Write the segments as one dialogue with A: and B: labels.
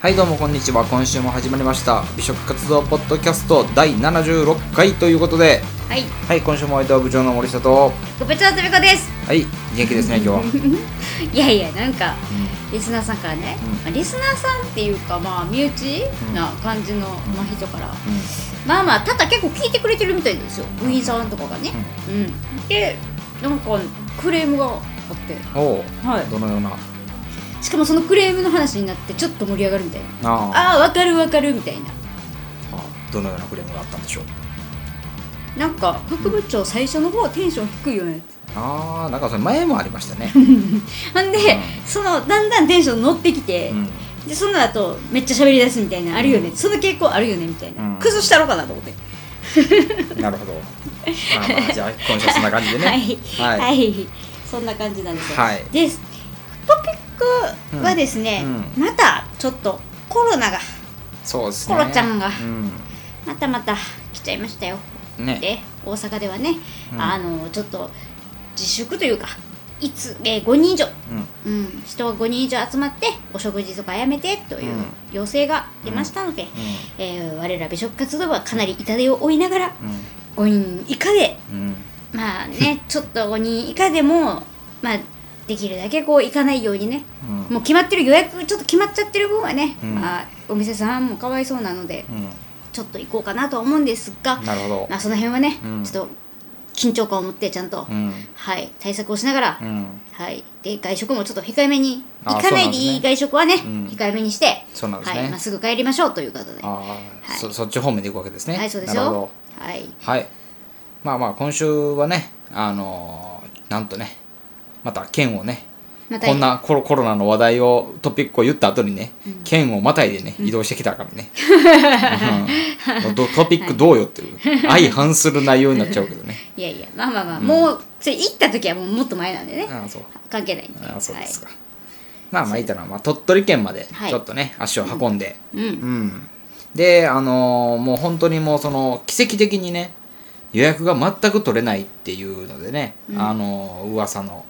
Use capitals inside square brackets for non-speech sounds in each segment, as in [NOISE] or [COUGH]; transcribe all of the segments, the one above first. A: はいどうもこんにちは今週も始まりました美食活動ポッドキャスト第76回ということで
B: はい、
A: はい今週も相手は部長の森下と
B: ごべちゃつみこです。
A: はい元気ですね今日は、うん
B: いやいや、なんか、リスナーさんからね、
A: うん
B: まあリスナーさんっていうか、まあ、身内
A: うん
B: な感じの、まあ、人から、まあまあ、ただ結構聞いてくれてるみたいですよ、部員さんとかがね。うん。で、なんか、クレームがあって、
A: うんおう
B: はい
A: どのような
B: しかもそのクレームの話になって、ちょっと盛り上がるみたいな。
A: あ
B: ああー、わかるわかるみたいな。
A: あどのようなクレームがあったんでしょう
B: なんか、副部長、最初の方、テンション低いよね。
A: ああなんかそれ前もありましたね、
B: [LAUGHS] ほんで、
A: うん
B: その、だんだんテンション乗ってきて、
A: うん、
B: でその後めっちゃ喋り出すみたいなあるよね、その傾向あるよねみたいな、
A: うん
B: 崩したろかなと思って
A: なるほどまあまあ
B: [LAUGHS]
A: じゃあ今週はそんな感じでね
B: はい
A: は
B: はいい、そんな感じなんですよ、
A: はい
B: ですトピックはですね、
A: う
B: またちょっとコロナが
A: そうですね
B: コロちゃんが
A: う
B: またまた来ちゃいましたよ
A: ん、ね
B: で大阪ではね、
A: うん
B: あのちょっと自粛というかいつ、えー5人以上、
A: うん
B: うん、人が5人以上集まってお食事とかやめてという要請が出ましたので、えー我ら美食活動部はかなり痛手を負いながら
A: うん
B: 5人以下で
A: うんうん
B: ま
A: [LAUGHS]
B: あねちょっと5人以下でもまあできるだけこう行かないようにね
A: うん
B: もう決まってる予約ちょっと決まっちゃってる分はね、
A: うん
B: まあ、お店さんもかわいそうなので
A: う
B: ちょっと行こうかなとは思うんですが
A: んなるほど
B: まあ、その辺はね、
A: うん
B: ちょっと緊張感を持ってちゃんと、
A: うん
B: はい、対策をしながら、
A: うん
B: はい、で外食もちょっと控えめに
A: あー
B: 行かないで
A: そうなんです
B: い
A: ね
B: い外食はね、
A: うん
B: 控えめにして、
A: そうなんですね
B: はいまあ、すぐ帰りましょうということで。
A: ああ、
B: はい
A: そそっち方面でいくわけですね
B: はい、そうです
A: なるほ
B: よ
A: ど。
B: はい。
A: はいまあまあ今週はねあのーなんとねまた県をね
B: また
A: こんなコロコロナの話題をトピックを言った後にね、県をまたいでね移動してきたから
B: [LAUGHS]
A: ね、うんどトピックどうよっていう相反する内容になっちゃうけどね
B: いやいや、まあまあまあ、もう、それ行った時はもうもっと前なんでね。
A: ああそう
B: 関係ないんで。
A: ああそうですか、まあまあいいたのは、まあ、鳥取県まで
B: はい
A: ちょっとね、足を運んで、
B: はい。
A: う
B: うん。
A: ん、であのーもう本当にもうその奇跡的にね予約が全く取れないっていうのでね、あのー噂の、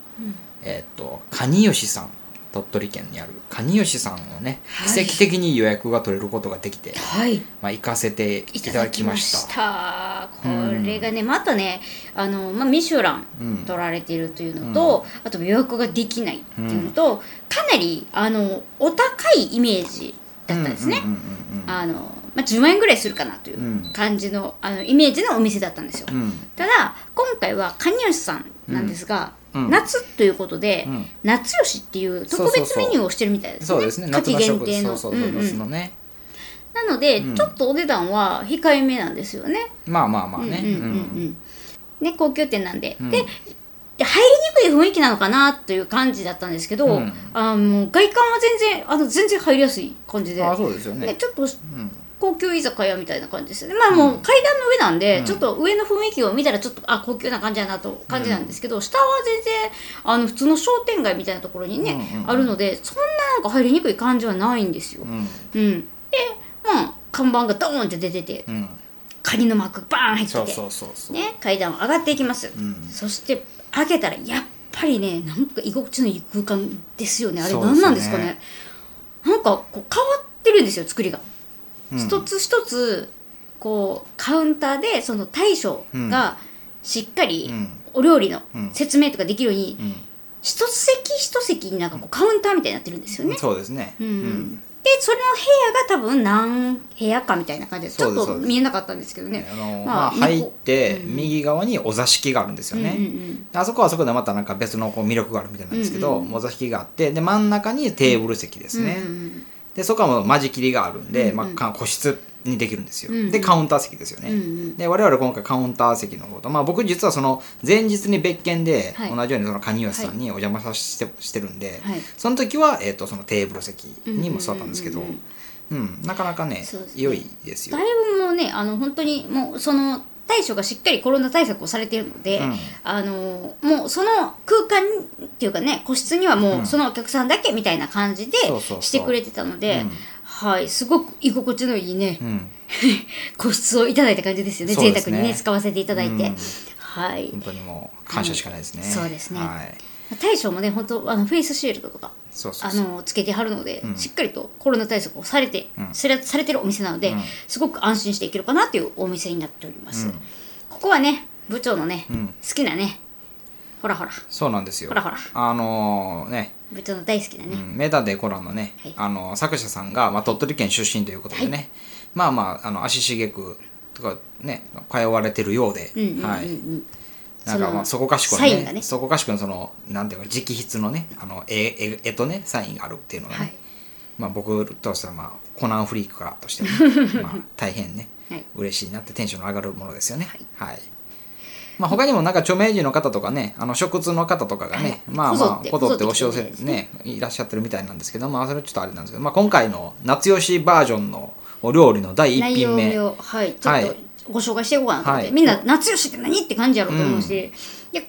A: えーっと蟹吉さん鳥取県にある蟹吉さんをね、
B: はい
A: 奇跡的に予約が取れることができて、
B: はい。
A: まあ、行かせてい
B: いた
A: ただ
B: だ
A: き
B: き
A: ま
B: ま
A: した
B: した。こ
A: うん
B: れがね、またね、あの、まあ、ミシュラ
A: うん
B: ン取られているというのと、あと予約ができないっていうのと、かなり、あの、お高いイメージだったんですね。
A: うんうん
B: あの、まあ、10万円ぐらいするかなとい
A: うん
B: う感じの、あの、イメージのお店だったんですよ。
A: うんうん
B: ただ今回は蟹吉さんなんですが、
A: うんうん
B: 夏ということで、
A: うん
B: 夏吉っていう特別メニューをしてるみたいですね
A: そうですね夏
B: 夏
A: の
B: 限
A: 食
B: 定
A: そ
B: の
A: うそう
B: うん
A: そううん夏のね、
B: なので、
A: うん
B: ちょっとお値段は控えめなんですよね
A: まあまあまあね、
B: うんうんうんうんね高級店なんで、
A: うん
B: でで入りにくい雰囲気なのかなという感じだったんですけど、
A: うん
B: あの外観は全然あの全然入りやすい感じで
A: ああそうですよね
B: でちょっと
A: うん
B: 高級居酒屋みたいな感じですねまあもう階段の上なんで、
A: うん
B: ちょっと上の雰囲気を見たらちょっとあ高級な感じだなと感じなんですけど、下は全然あの普通の商店街みたいなところにね、
A: うんうんうん
B: あるのでそんななんか入りにくい感じはないんですよ
A: う、ん
B: うんでまあ看板がドーンって出てて
A: うん
B: カニの膜がバーン入ってて
A: そうそうそうそう、
B: ね、階段を上がっていきます、
A: ん
B: そして開けたらやっぱりねなんか居心地のいい空間ですよねあれ
A: そうですね
B: 何なんですかねなんかこう変わってるんですよ作りが。
A: うん
B: 一つ一つこうカウンターでその大将がしっかり
A: うん
B: お料理の
A: うん
B: 説明とかできるように
A: うん
B: 一席一席になんかこうカウンターみたいになってるんですよね。
A: そうですね。
B: うんでその部屋が多分何部屋かみたいな感じでち
A: そう
B: ょ
A: で
B: っ
A: す
B: と見えなかったんですけどね。
A: あの
B: ま
A: まあ、
B: あ
A: 入っ
B: 横
A: て右側にお座敷があるんですよね、
B: うんうんうん
A: あそこはあそこでまたなんか別のこう魅力があるみたいなんですけど、
B: うんうん
A: お座敷があってで真ん中にテーブル席ですね、
B: うんうん
A: でそこはもう間仕切りがあるんで、
B: うんうん
A: まあ、個室にできるんですよ、
B: うんうん
A: でカウンター席ですよね、
B: うんうん
A: で我々今回カウンター席の方と、まあ、僕実はその前日に別件で
B: はい
A: 同じようにその蟹吉さんにお邪魔させて,、してるんで、
B: はい
A: その時は、えー、とそのテーブル席にも座ったんですけど、
B: う
A: うんん
B: うんうん
A: なかなかね
B: そうですね
A: 良いですよ
B: だい。ぶもうねあの本当にもうその大将がしっかりコロナ対策をされているので、
A: うん
B: あのもうその空間っていうかね個室にはもうそのお客さんだけみたいな感じで
A: そうそうそう
B: してくれてたので、
A: うん
B: はいすごく居心地のいいね、
A: うん、
B: [LAUGHS] 個室をいただいた感じですよね
A: そうですね
B: 贅沢にね使わせていただいて、
A: うん
B: はい
A: 本当にもう感謝しかないですね。
B: はいそうですね
A: はい。
B: 大将もね本当あのフェイスシールドとか
A: そうそう
B: あ
A: そう
B: のつけてはるので、
A: うん
B: しっかりとコロナ対策をされて、
A: うん
B: それされてるお店なので、
A: うん
B: すごく安心していけるかなというお店になっております、
A: うん
B: ここはね部長のね、
A: うん
B: 好きなねほらほら
A: そうなんですよ
B: ほらほら
A: あのね
B: 部長の大好きなね、
A: うんメダデコラのね、
B: はい
A: あの作者さんが、まあ、鳥取県出身ということでね、まあまああの足しげくとかね通われてるようで、
B: うんうんうんうん
A: はい、なんかまあ
B: そ
A: そ
B: の
A: こかしこ
B: サイン
A: に
B: が
A: ね
B: ね
A: そこかしこにそのなんていうか直筆のねあの絵絵絵とねサインがあるっていうのがね、
B: はい
A: まあ、僕としては、まあ、コナンフリークからとしても、
B: [LAUGHS]
A: ね、まあ大変ね、
B: はい
A: 嬉しいなってテンションの上がるものですよね。はいまあ、他にもなんか著名人の方とかね、あの食通の方とかがね、
B: はい
A: まあまあ、
B: こ
A: こ
B: ぞ
A: ぞ
B: っ
A: ってて押し寄せ
B: こぞって来てるみたいですね
A: ね、いらっしゃってるみたいなんですけど、まあ、それはちょっとあれなんですけど、まあ、今回の夏吉バージョンのお料理の第1
B: 内
A: 品
B: 容
A: 目、
B: を、はい、ちょっ
A: は
B: と
A: い
B: ご紹介していこうかなと思って、
A: はい
B: みんな夏吉って何って感じやろうと思うし、いや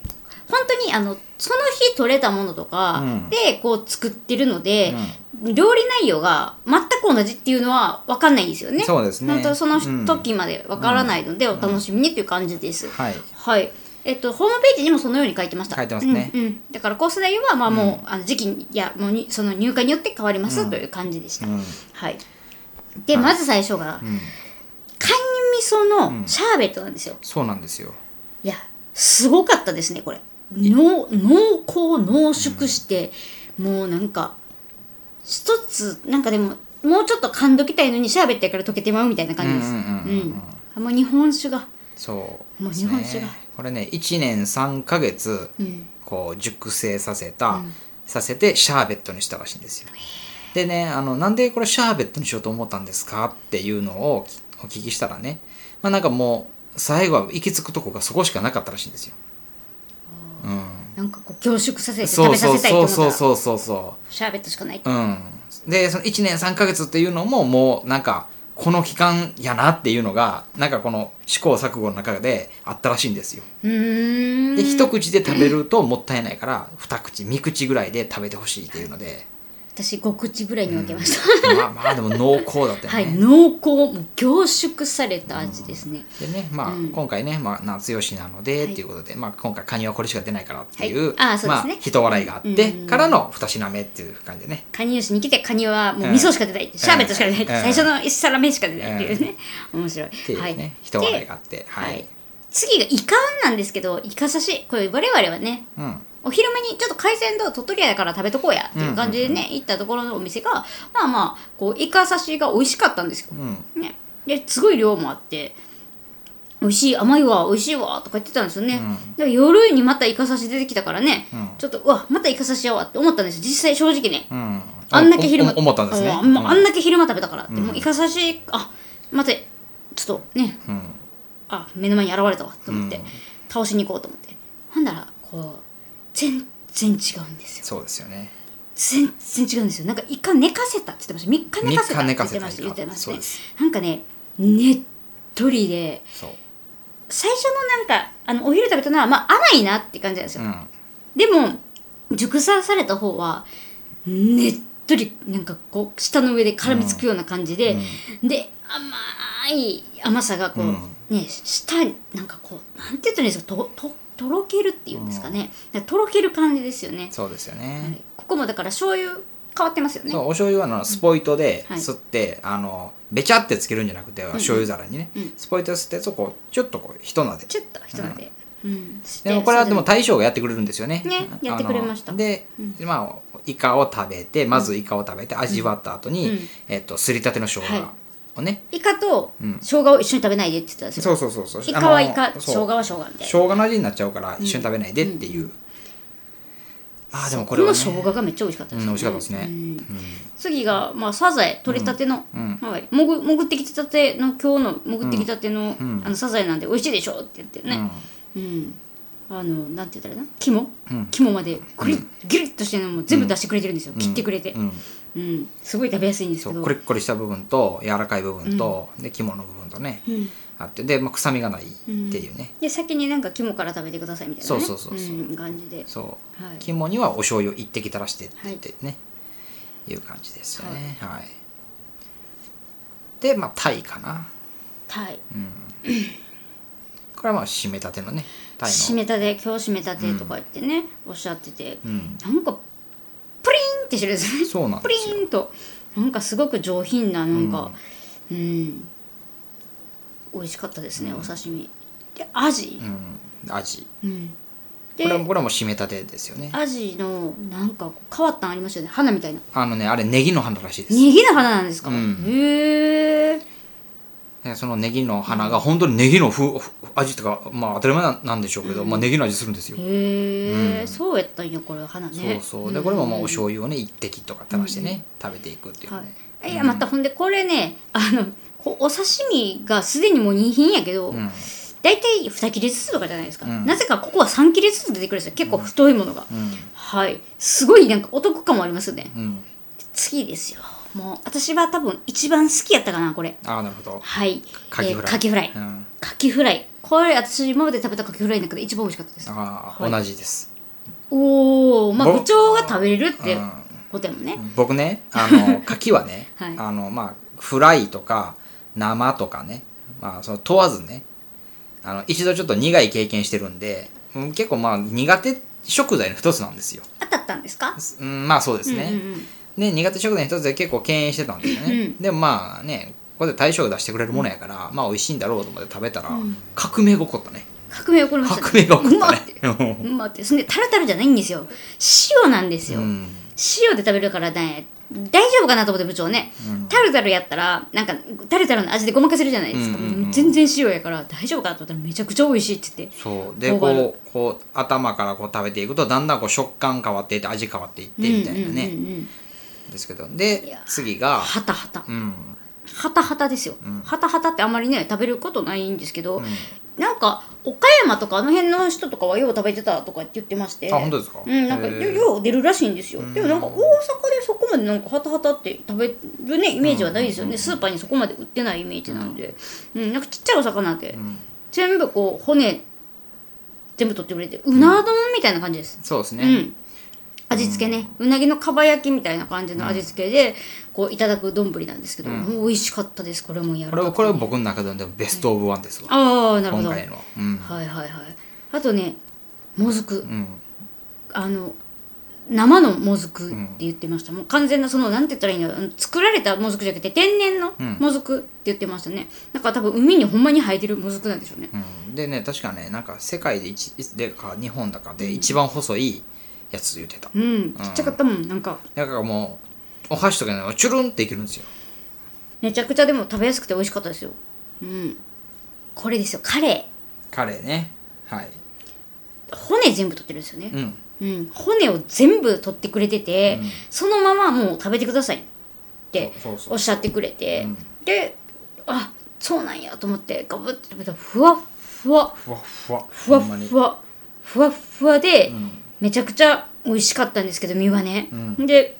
B: 本当にあのその日取れたものとか
A: うん
B: でこう作ってるので、料理内容が全く同じっていうのは分かんないんですよね。
A: そうですね
B: 本当その時まで分からないので、お楽しみにっていう感じです。
A: はい、
B: はい。えっと、ホームページにもそのように書いてました。
A: 書いてますね
B: うん、うんだからコース内容は、まあもう、あの時期に、いや、もうにその入会によって変わりますという感じでした。
A: うん
B: はい。で、まず最初が、
A: うん、
B: カニ味噌のシャーベットなんですよ。
A: そうなんですよ。
B: いや、すごかったですね、これ。濃濃厚、濃縮して、もうなんか、一つ、なんかでも、もうちょっと噛んどきたいのにシャーベットやから溶けてまうみたいな感じです。
A: うんうんうんうんうん
B: うんもう日本酒が。
A: そう
B: もう
A: です
B: 日
A: ね
B: 本酒が
A: これね1年3ヶ月
B: うん。
A: こう熟成させた、させてシャーベットにしたらしいんですよでねあのなんでこれシャーベットにしようと思ったんですかっていうのをお聞きしたらね、まあ、なんかもう最後は行き着くとこがそこしかなかったらしいんですよ、うん、
B: なんかこう凝縮させて食
A: そ
B: べ
A: う
B: さ
A: そう
B: せたいと
A: そ
B: 思
A: う
B: った
A: そう
B: ら
A: そうそうそう
B: シャーベットしかないって
A: うん、でその1年3ヶ月っていうのももうなんかこの期間やなっていうのがなんかこの試行錯誤の中であったらしいんですよ
B: うーん
A: で一口で食べるともったいないから二口三口ぐらいで食べてほしいっていうので
B: 私5口ぐらいに分けました、
A: まあまあでも濃厚だったよね、
B: はい濃厚もう凝縮された味ですね、
A: でねまあ、
B: うん
A: 今回ね、まあ、夏吉なのでっていうことで、まあ、今回カニはこれしか出ないからっていう,、
B: はいあーそうで
A: ますあ
B: ね
A: 人笑いがあって
B: うん
A: からの二品目っていう感じでね、
B: カニ吉に来てカニはもう味噌しか出ない、シャーベットしか出ない、
A: うん
B: 最初の一皿目しか出ないっていうね、面白い
A: っていうね、
B: はい
A: 人笑い
B: で
A: があっては、
B: はいい次がイカなんですけどイカ刺しこれ我々はね
A: うん
B: お昼間にちょっと海鮮丼鳥取屋だから食べとこうやっていう感じでね、行ったところのお店がまあまあこうイカ刺しが美味しかったんですよ、
A: うん
B: ね、ですごい量もあって美味しい甘いわ美味しいわとか言ってたんですよね、
A: うん
B: で夜にまたイカ刺し出てきたからね、
A: うん
B: ちょっとうわまたイカ刺しやわって思ったんですよ実際正直ね、
A: うん
B: あんだけ昼間
A: おお思ったんですね
B: あんまあん
A: な
B: だけ昼間食べたからって、
A: うん
B: もうイカ刺しあ待ってちょっとね
A: うん
B: あ目の前に現れたわと思って、
A: うん
B: 倒しに行こうと思ってほんだらこう全然違うんですよ
A: そうですよね
B: 全然違うんですよなんかイカ寝かせたって言ってました3日寝かせたっ
A: 三日寝
B: て言
A: か
B: って
A: せ
B: ま
A: た
B: した言ってました
A: そう
B: ね
A: です
B: なんかねねっとりで
A: そう
B: 最初のなんかあのお昼食べたのはまあ甘いなって感じなんです
A: う
B: よ、
A: ん
B: でも熟さされた方はねっとりなんかこう舌の上で絡みつくような感じで、で甘い甘さがこう、
A: うん
B: ね舌になんかこうなんて言ったらいいんですかとととろけるっていうんですかね、なんかとろける感じですよね、
A: そうですよね、
B: はいここもだから醤油変わってますよね
A: そうお醤油はあのスポイトで
B: はい
A: 吸って、あのべちゃってつけるんじゃなくて醤油皿にね、
B: うん
A: スポイトで吸ってそこをちょっとこうひとなで
B: ちょっとひとなで、うんして
A: でもこれはでも
B: そ
A: 大将がやってくれるんですよね
B: ね
A: あの
B: やってくれました
A: で、まあイカを食べてまずイカを食べて味わった後に、
B: うん
A: えっとすりたての生姜をね、
B: れでイカと
A: うん
B: 生姜を一緒に食べないでって言ってたんですよ、
A: そうそうそうそう
B: イカはイ
A: あ
B: カ
A: の
B: 生
A: そう
B: 姜は生姜みたいな
A: 生姜の味になっちゃうから一緒に食べないでっていう、ああでもこれは、ね、
B: の生姜がめっちゃ美味しかった
A: うん美味しかったですね、
B: うん次が、まあ、サザエ取れたての、
A: うん
B: はい、もぐ潜ってきたての今日の潜ってきたての,、
A: ん
B: あのサザエなんで美味しいでしょって言ってね、うんあのなんて言ったらいいな肝、
A: うん
B: 肝までグリッギリッとしてるのも全部出してくれてるんですよ、切ってくれて、
A: う
B: うん
A: うん
B: んすごい食べやすいんです
A: そ
B: け
A: う
B: ど
A: コリッコリした部分と柔らかい部分と、で肝の部分とね、
B: ん
A: あってで、まあ、臭みがないっていうね、
B: で先になんか肝から食べてくださいみたいな、ね、
A: そうそうそうそうん
B: 感じで
A: そう、
B: はい
A: 肝にはお醤油一滴垂らしてって言ってね、い、う感じですよねはい、でまあタイかな
B: タイ
A: ここれはまあ締めたてのねタイの
B: 締めたて今日締めたてとか言ってね、おっしゃってて、
A: うん
B: なんかプリンってしてるんですね
A: そうなん
B: プ
A: ですよ
B: リンとなんかすごく上品ななんかうん、美味しかったですね、お刺身でアジ、
A: うんアジ
B: うん
A: これは
B: で
A: これはもう締めたてですよね
B: アジのなんかこう変わったんありましたよね花みたいな
A: あのねあれネギの花らしいです
B: ネギの花なんですか、
A: うん
B: へえ
A: ねそのネギの花が本当にネギのふふ味とかまあ当たり前なんでしょうけど、まあ、ネギの味するんですよ、
B: へえ、そうやったんやこれ花ね
A: そうそうでこれもまあお醤油をね一滴とか垂らしてね、食べていくっていうね、
B: はい、いやまたほんでこれねあのこうお刺身がすでにもう2品やけど、
A: うん
B: 大体2切れずつとかじゃないですか、
A: うん
B: なぜかここは3切れずつ出てくるんですよ結構太いものが、
A: う
B: はいすごいなんかお得感もありますよね
A: んうん
B: 次ですよもう私は多分一番好きやったかなこれ
A: ああなるほど
B: はい
A: カキフライ、
B: えーカキフライ、
A: うん、
B: カキフライこれ私今まで食べたカキフライの中で一番美味しかったです
A: ああ、
B: はい
A: 同じです
B: おおまあ
A: ぼ
B: 部長が食べれるって
A: うん
B: ことやもんね、
A: 僕ねあ
B: [LAUGHS]
A: の牡蠣はね、
B: はい
A: あのまあフライとか生とかねまあその問わずねあの一度ちょっと苦い経験してるんでうん結構まあ苦手食材の一つなんですよ、
B: 当たったんですか
A: すうん、まあそうですね、
B: うんうんうん
A: で苦手食材の一つで結構敬遠してたんですよね、でもまあねここで大将が出してくれるものやから、まあ美味しいんだろうと思って食べたら、革命が起こったね
B: 革命起こりました
A: 革命が起こ
B: う
A: っ
B: まって
A: たね
B: うまってそんでタルタルじゃないんですよ塩なんですよ、
A: うん
B: 塩で食べるからね大丈夫かなと思って部長ね、タルタルやったらなんかタルタルの味でごまかせるじゃないですか、
A: うんうんうん
B: 全然塩やから大丈夫かなと思ったらめちゃくちゃ美味しいって言って
A: そうで
B: 大葉の
A: こうこう頭からこう食べていくとだんだんこう食感変わっていって味変わっていってみたいなね、
B: うんうんうんうん
A: ですけど
B: い
A: で
B: やー
A: 次が
B: はたはた
A: うん
B: はたはたですよ、はたはたってあんまりね食べることないんですけど、なんか岡山とかあの辺の人とかはよう食べてたとかって言ってまして
A: あ本当ですか
B: うん、なんか
A: へー
B: よよう出るらしいんですよでもなんか大阪でそこまでなんかはたはたって食べるねイメージはないですよね、スーパーにそこまで売ってないイメージなんで、うんなんかちっちゃいお魚で、全部こう骨全部取ってくれてうな丼みたいな感じです、
A: そうです
B: う
A: ね、
B: ん味付けね、うなぎのかば焼きみたいな感じの味付けで、こういただく丼なんですけど、もう美味しかったですこれもやる
A: これはこれは僕の中でもベスト・オブ・ワンですわ、
B: ああなるほ
A: 今
B: どは
A: 回
B: い
A: の、うん
B: はいはいあとねもずく、
A: うん、
B: あの生のもずくって言ってました、もう完全なそのなんて言ったらいいんだろう作られたもずくじゃなくて天然のもずくって言ってましたね、なんか多分海にほんまに生えてるもずくなんでしょうね、
A: うんでね確かねなんか世界で一でか日本だかで一番細いやつ言ってた、
B: うん、ちっちゃかったもんなんか
A: だからもうお箸とかねチュルンっていけるんですよ
B: めちゃくちゃでも食べやすくて美味しかったですようんこれですよカレ
A: カレーねはい
B: ー骨全部取ってるんですよね
A: う、ん
B: うん骨を全部取ってくれてて、そのままもう食べてくださいって
A: そうそうそう
B: おっしゃってくれてであそうなんやと思ってガブって食べたらふわっふわ
A: ふわっふわ
B: ふわ
A: ほんまに
B: ふわふわふわで、めちゃくちゃ美味しかったんですけど身はね、で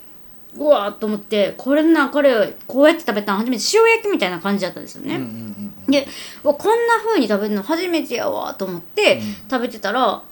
B: うわーっと思ってこれなこれこうやって食べたの初めて塩焼きみたいな感じだったんですよね、でうわこんな風に食べるの初めてやわーと思って食べてたら、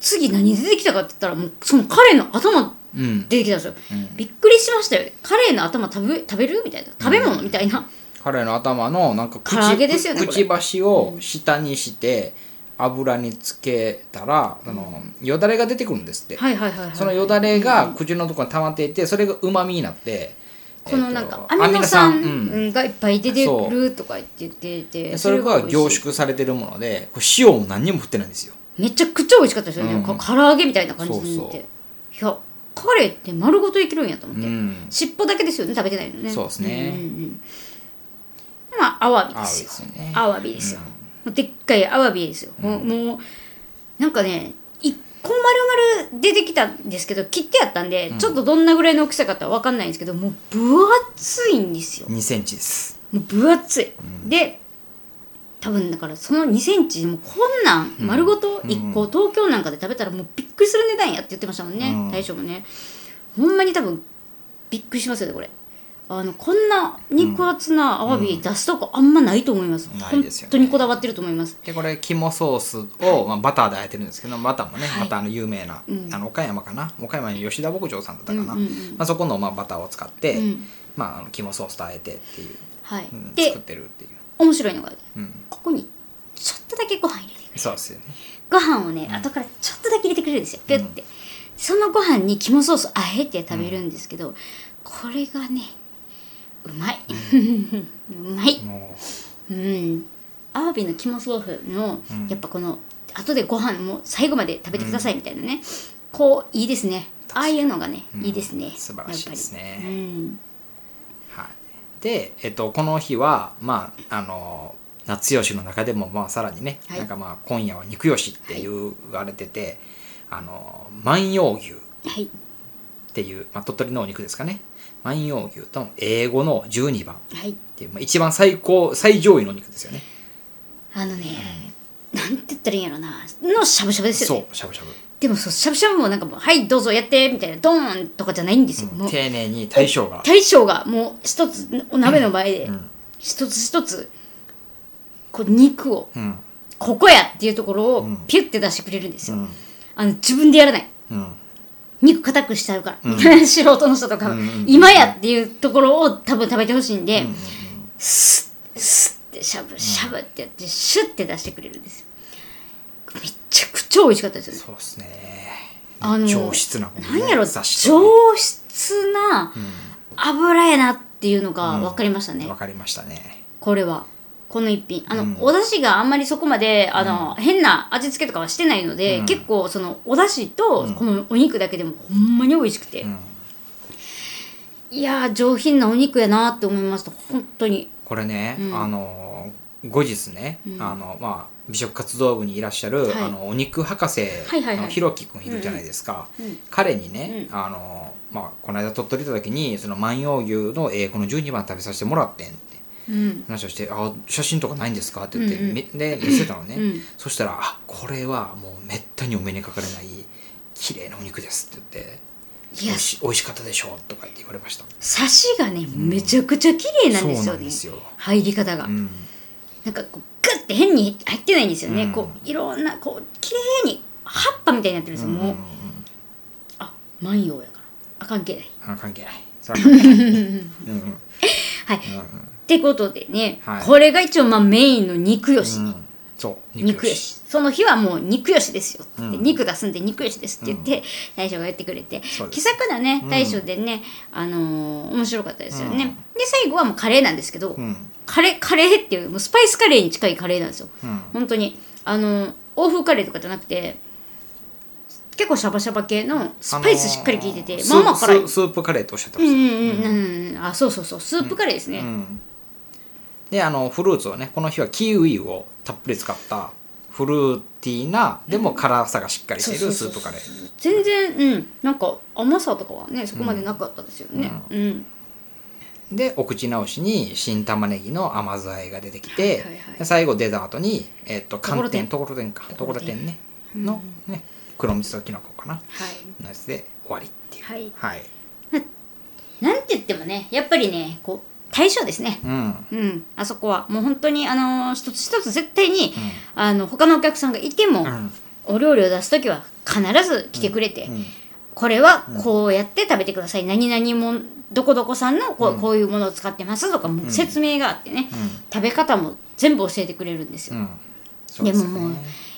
B: 次何出てきたかって言ったらもうそのカレーの頭
A: うん
B: 出てきたんですよ、びっくりしましたよねカレーの頭食べ食べるみたいな食べ物みたいな、
A: 彼の頭のなんか
B: 唐揚げですよね
A: く
B: これ
A: くちばしを下にして油につけたら、あのよだれが出てくるんですって、
B: はいはいはいはい
A: そのよだれが口のところに溜まっていてそれがうまみになって
B: このなん
A: え
B: か
A: っ
B: ア
A: と
B: ミノ酸
A: アミノ酸うん
B: うんがいっぱい出てるとか言ってて
A: でそれが凝
B: 美味しい
A: 縮されてるものでこれ塩も何にも振ってないんですよ
B: めちゃくちゃ美味しかったですよね、
A: うん
B: か唐揚げみたいな感じに
A: そう
B: な
A: そ
B: って
A: う
B: いやカレーって丸ごといけるんやと思って、
A: うん
B: 尻尾だけですよね食べてないのね
A: そうですね
B: んうんうんまあアワビですよ
A: アワビですよね
B: アワビですよもうでっかいアワビですよ、もうもうなんかね一個丸々出てきたんですけど切ってやったんで、ちょっとどんなぐらいの大きさかとは分かんないんですけどもう分厚いんですよ
A: 2センチです
B: もう分厚い、で多分だからその2センチもうこんなん丸ごと1個、東京なんかで食べたらもうびっくりする値段やって言ってましたもんね、
A: うん
B: 大将もねほんまに多分びっくりしますよねこれあのこんな肉厚なアワビ出すとこあんまないと思います、
A: うんない
B: 本
A: ですよね
B: 当にこだわってると思います
A: でこれ肝ソースを、まあ、バターであえてるんですけどバターもね、またあの有名な、あの岡山かな岡山に吉田牧場さんだったかな、
B: うんうんう
A: まあ、そこの、まあ、バターを使って、
B: ん
A: まあ、あの肝ソースとあえてっていう、
B: はい、
A: うん作っ
B: で
A: てるっていう
B: 面白いのが、ここにちょっとだけご飯入れてくれる
A: そうですよね
B: ご飯をね、後からちょっとだけ入れてくれるんですよピュッて、そのご飯に肝ソースあえて食べるんですけど、これがねうまい [LAUGHS] うまい
A: も
B: うんアワビの肝ソースの、やっぱこの後でご飯も最後まで食べてくださいみたいなね、こういいですねああいうのがね、
A: う、うん
B: いいですね
A: 素晴らしいです
B: や
A: ね
B: っぱりうん
A: はい、で、えっと、この日は、まあ、あの夏吉の中でも、まあ、さらにね、
B: はい
A: なんかまあ今夜は肉吉って言われてて、あの万葉牛っ
B: はい
A: ていう、まあ、鳥取のお肉ですかね万葉牛と英語の12番っ
B: はい
A: ていう、まあ、一番最高最上位のお肉ですよね
B: あのね、なんて言ったらいいんやろなのしゃぶしゃぶですよね
A: そうしゃぶしゃぶ
B: でもそうしゃぶしゃぶもなんかもう「はいどうぞやって」みたいなドーンとかじゃないんですよ、もう
A: 丁寧に大将が
B: 大将がもう一つお鍋の前で
A: うん
B: 一つ一つこう肉を
A: うん
B: ここやっていうところを
A: ん
B: ピュッて出してくれるんです
A: う
B: よ、
A: ん
B: あの自分でやらない
A: うん
B: 肉硬くしちゃうから、
A: うん
B: 素人の人とかは、
A: うんうんうん
B: 今やっていうところを多分食べてほしいんで、スッスッってしゃぶしゃぶってやってシュッて出してくれるんですよめちゃくちゃ美味しかったですよね
A: そうですね
B: あの
A: 上質なこのね
B: なんやろ
A: 雑誌と
B: 上質な油やなっていうのが分かりましたね、
A: わかりましたね
B: これはこの一品あの、お出汁があんまりそこまであの、変な味付けとかはしてないので、結構そのお出汁とこのお肉だけでもほんまに美味しくて、
A: ん
B: いやー上品なお肉やなって思いました本当に
A: これね、あの後日ね、あのまあ美食活動部にいらっしゃる、
B: はい
A: あのお肉博士
B: はいはいはい
A: のひろきくんいるじゃないですか、
B: うんうん
A: 彼にね、あのまあ、この間鳥取行った時にその万葉牛の、えーこの12番食べさせてもらってんって
B: うん
A: 話をして「あ写真とかないんですか?」って言って、
B: うんうん
A: みで見せたのね、
B: うん
A: そしたらあ「これはもうめったにお目にかかれない綺麗なお肉です」って言って「
B: い
A: 美
B: や
A: 味し美味しかったでしょ」とか言って言われました
B: サシがねめちゃくちゃ綺麗なんです
A: そうな
B: よ
A: ん
B: ね、
A: ですよ、
B: 入り方が、
A: うん、
B: なんかこうグッて変に入ってないんですよね、
A: うん
B: こういろんなこう綺麗に葉っぱみたいになってるんですよ、もうあ万葉やからあ関係ない
A: あ関係ないそれは関係ないうんうん
B: はい、ってことでね、
A: はい
B: これが一応まあメインの肉よし、
A: うんそう
B: 肉よしその日はもう肉よしですよって、
A: うん
B: 肉出すんで肉よしですって言って、大将がやってくれて
A: そうで
B: 気
A: す
B: さくなね大将でね、あのー面白かったですよね、
A: うん
B: で最後はもうカレーなんですけど、
A: うん
B: カレーカレーっていうもうスパイスカレーに近いカレーなんですよ
A: うん
B: 本当にあのー欧風カレーとかじゃなくて結構シャバシャバ系のスパイスしっかり効いてて、
A: あのー
B: まあまあ
A: ス
B: 辛い
A: ススープカレーとおっしゃってま
B: うん
A: し
B: うんうんうんあそうそうそうスープカレーですね、
A: た、うんであのフルーツをねこの日はキウイをたっぷり使ったフルーティーなでも辛さがしっかりしているスープカレー
B: 全然うんなんか甘さとかはねそこまでなかったですよねうん、
A: でお口直しに新玉ねぎの甘酢あえが出てきて、
B: はいはいはい
A: で最後デザートに、えっと
B: ところ
A: 寒
B: てん
A: 天ところてんかところてんねの、ね、黒蜜ときのこかなのやつで終わりっていう
B: はい
A: はい、
B: なんて言ってもねやっぱりねこう対象ですね
A: うん
B: うんあそこはもう本当にあのー一つ一つ絶対に、あの他のお客さんがいても、
A: うん
B: お料理を出す時は必ず来てくれて、
A: うん
B: これはこうやって食べてください、何々もどこどこさんのこう,、こういうものを使ってますとかもう説明があってね、食べ方も全部教えてくれるんですよ、
A: うんそ
B: で
A: う
B: も
A: すね
B: もう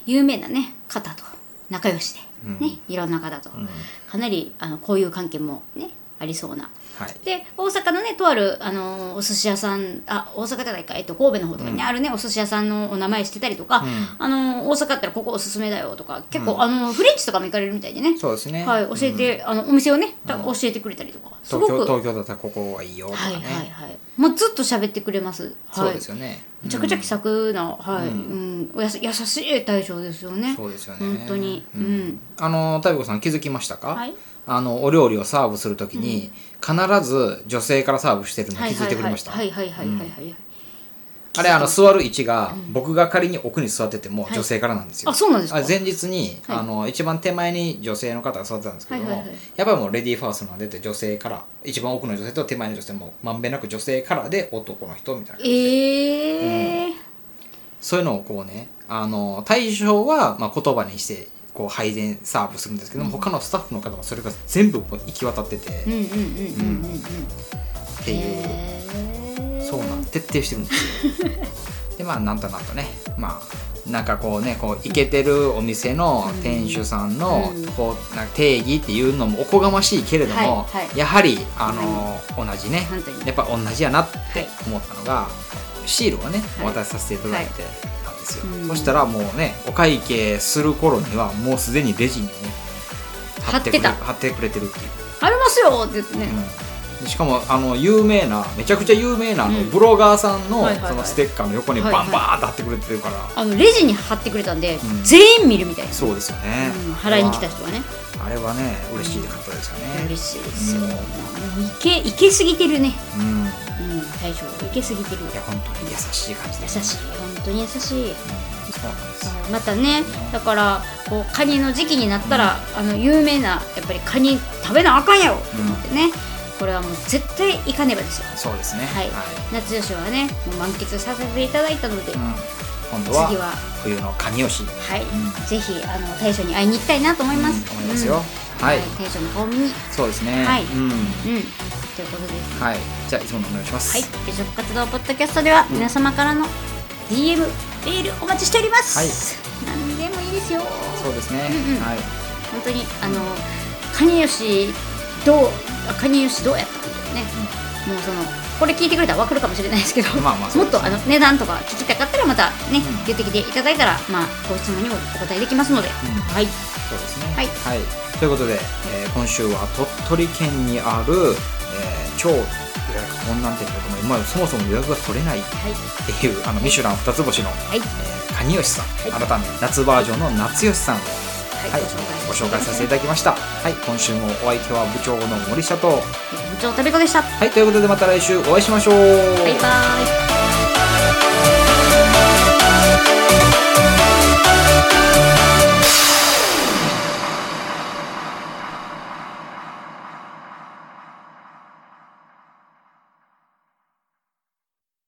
B: 有名なね方と仲良しで、
A: うん
B: ねいろんな方と、
A: ん
B: かなりあの交友関係もねありそうな。
A: はい
B: で大阪のねとある、あのーお寿司屋さんあ大阪じゃないか、えっと、神戸の方とかにあるね、お寿司屋さんのお名前してたりとか、あのー大阪だったらここおすすめだよとか結構、あのーフレンチとかも行かれるみたいでね
A: そうですね
B: はい、教えて、あのお店をね、た教えてくれたりとかすご
A: 東京
B: く
A: 東京だったらここがいいよとか
B: はい
A: ね、
B: はいはいもうずっと喋ってくれます、はい、
A: そうですよね、
B: めちゃくちゃ気さくな、はい、うん、おやす優しい対象ですよね。
A: そうですよね
B: 本当に、う、
A: うんんあの太子さん気づきましたか、
B: はい
A: あのお料理をサーブするときに、必ず女性からサーブしてるの気づいてくれました、
B: はいはいはいはいはいはいはい、
A: あれあの座る位置が、僕が仮に奥に座ってても女性からなんですよ、
B: あそうなんですか
A: あ前日に、
B: はい
A: あの一番手前に女性の方が座ってたんですけども、
B: はいはいはい
A: やっぱりもうレディーファーストなんでって女性から一番奥の女性と手前の女性もまんべんなく女性からで男の人みたいな
B: ええー
A: そういうのをこうねあの対象はまあ言葉にしてこう配膳サーブするんですけども、他のスタッフの方はそれが全部もう行き渡ってて、
B: う
A: っ
B: んうんうんうんうんうん
A: ていう。
B: えー
A: そうなん徹底してるんですよでまあなんとなんとねまあなんかこうねこうイケてるお店の店主さんの
B: うん
A: こうなんか定義っていうのもおこがましいけれども、
B: はいはい
A: やはりあの、同じね
B: 本当に
A: やっぱ同じやなって
B: はい
A: 思ったのがシールをね
B: はい
A: お渡しさせていただいてたんですよ、
B: うん
A: そしたらもうねお会計する頃にはもうすでにレジにね
B: 貼って
A: くれ
B: た
A: 貼ってくれてるっていう。
B: ありますよって言ってね、
A: うん、しかもあの有名なめちゃくちゃ有名なあの、
B: うん
A: ブロガーさんの,、
B: はいはいはい
A: そのステッカーの横にバンバーンと貼ってくれてるから、
B: あのレジに貼ってくれたんで、
A: うん
B: 全員見るみたいな、
A: そうですよね、
B: うん払いに来た人はね
A: あれはね嬉しい方ですよね、
B: 嬉しいですよ、
A: うん
B: もういけいけすぎてるね、
A: うん、い
B: うん、大将いけすぎてる
A: や本当に優しい感じで
B: 優
A: すね
B: しい本当に優しい
A: うんそうなんです、
B: またねだからこうカニの時期になったら、あの有名なやっぱりカニ食べなあかんやろと思ってね、これはもう絶対行かねばですよ
A: そうですね
B: はい、夏女子はねもう満喫させていただいたので、
A: うん、今度
B: 次
A: は
B: は
A: 冬の蟹吉
B: はい、
A: ん
B: ぜひあの大将に会いに行きたいなと思います、
A: 思いますよ、
B: うん
A: はい、
B: 大将の顔見にうん
A: そうですね
B: はい
A: うん
B: ということです
A: はい、じゃあいつものお願いします
B: はい、美食活動ポッドキャストでは皆様からの DM メールお待ちしております、何でもいいですよ
A: そうですね、
B: うんうん
A: はい
B: 本当にあの蟹吉どうあ蟹吉どうやったみたいなね、もうそのこれ聞いてくれたら分かるかもしれないですけど、
A: まあまあ
B: もっとあの値段とか聞きたかったらまたね、
A: うん
B: 出てきていただいたらまあご質問にもお答えできますので、
A: ん
B: はい
A: そうですね。
B: はい
A: ということで、えー今週は鳥取県にある、えー超予約困難店だと思い今そもそも予約が取れないっ
B: はい
A: ていうあのミシュラン二つ星の、
B: はい
A: えー、蟹吉さん、
B: はい
A: 改め夏バージョンの夏吉さんを、
B: は
A: はいい、ご紹介させていただきました。はい、今週もお相手は部長の森下と、
B: 部長食べ子でしたバ
A: はい、ということでまた来週お会いしましょう。
B: イバイ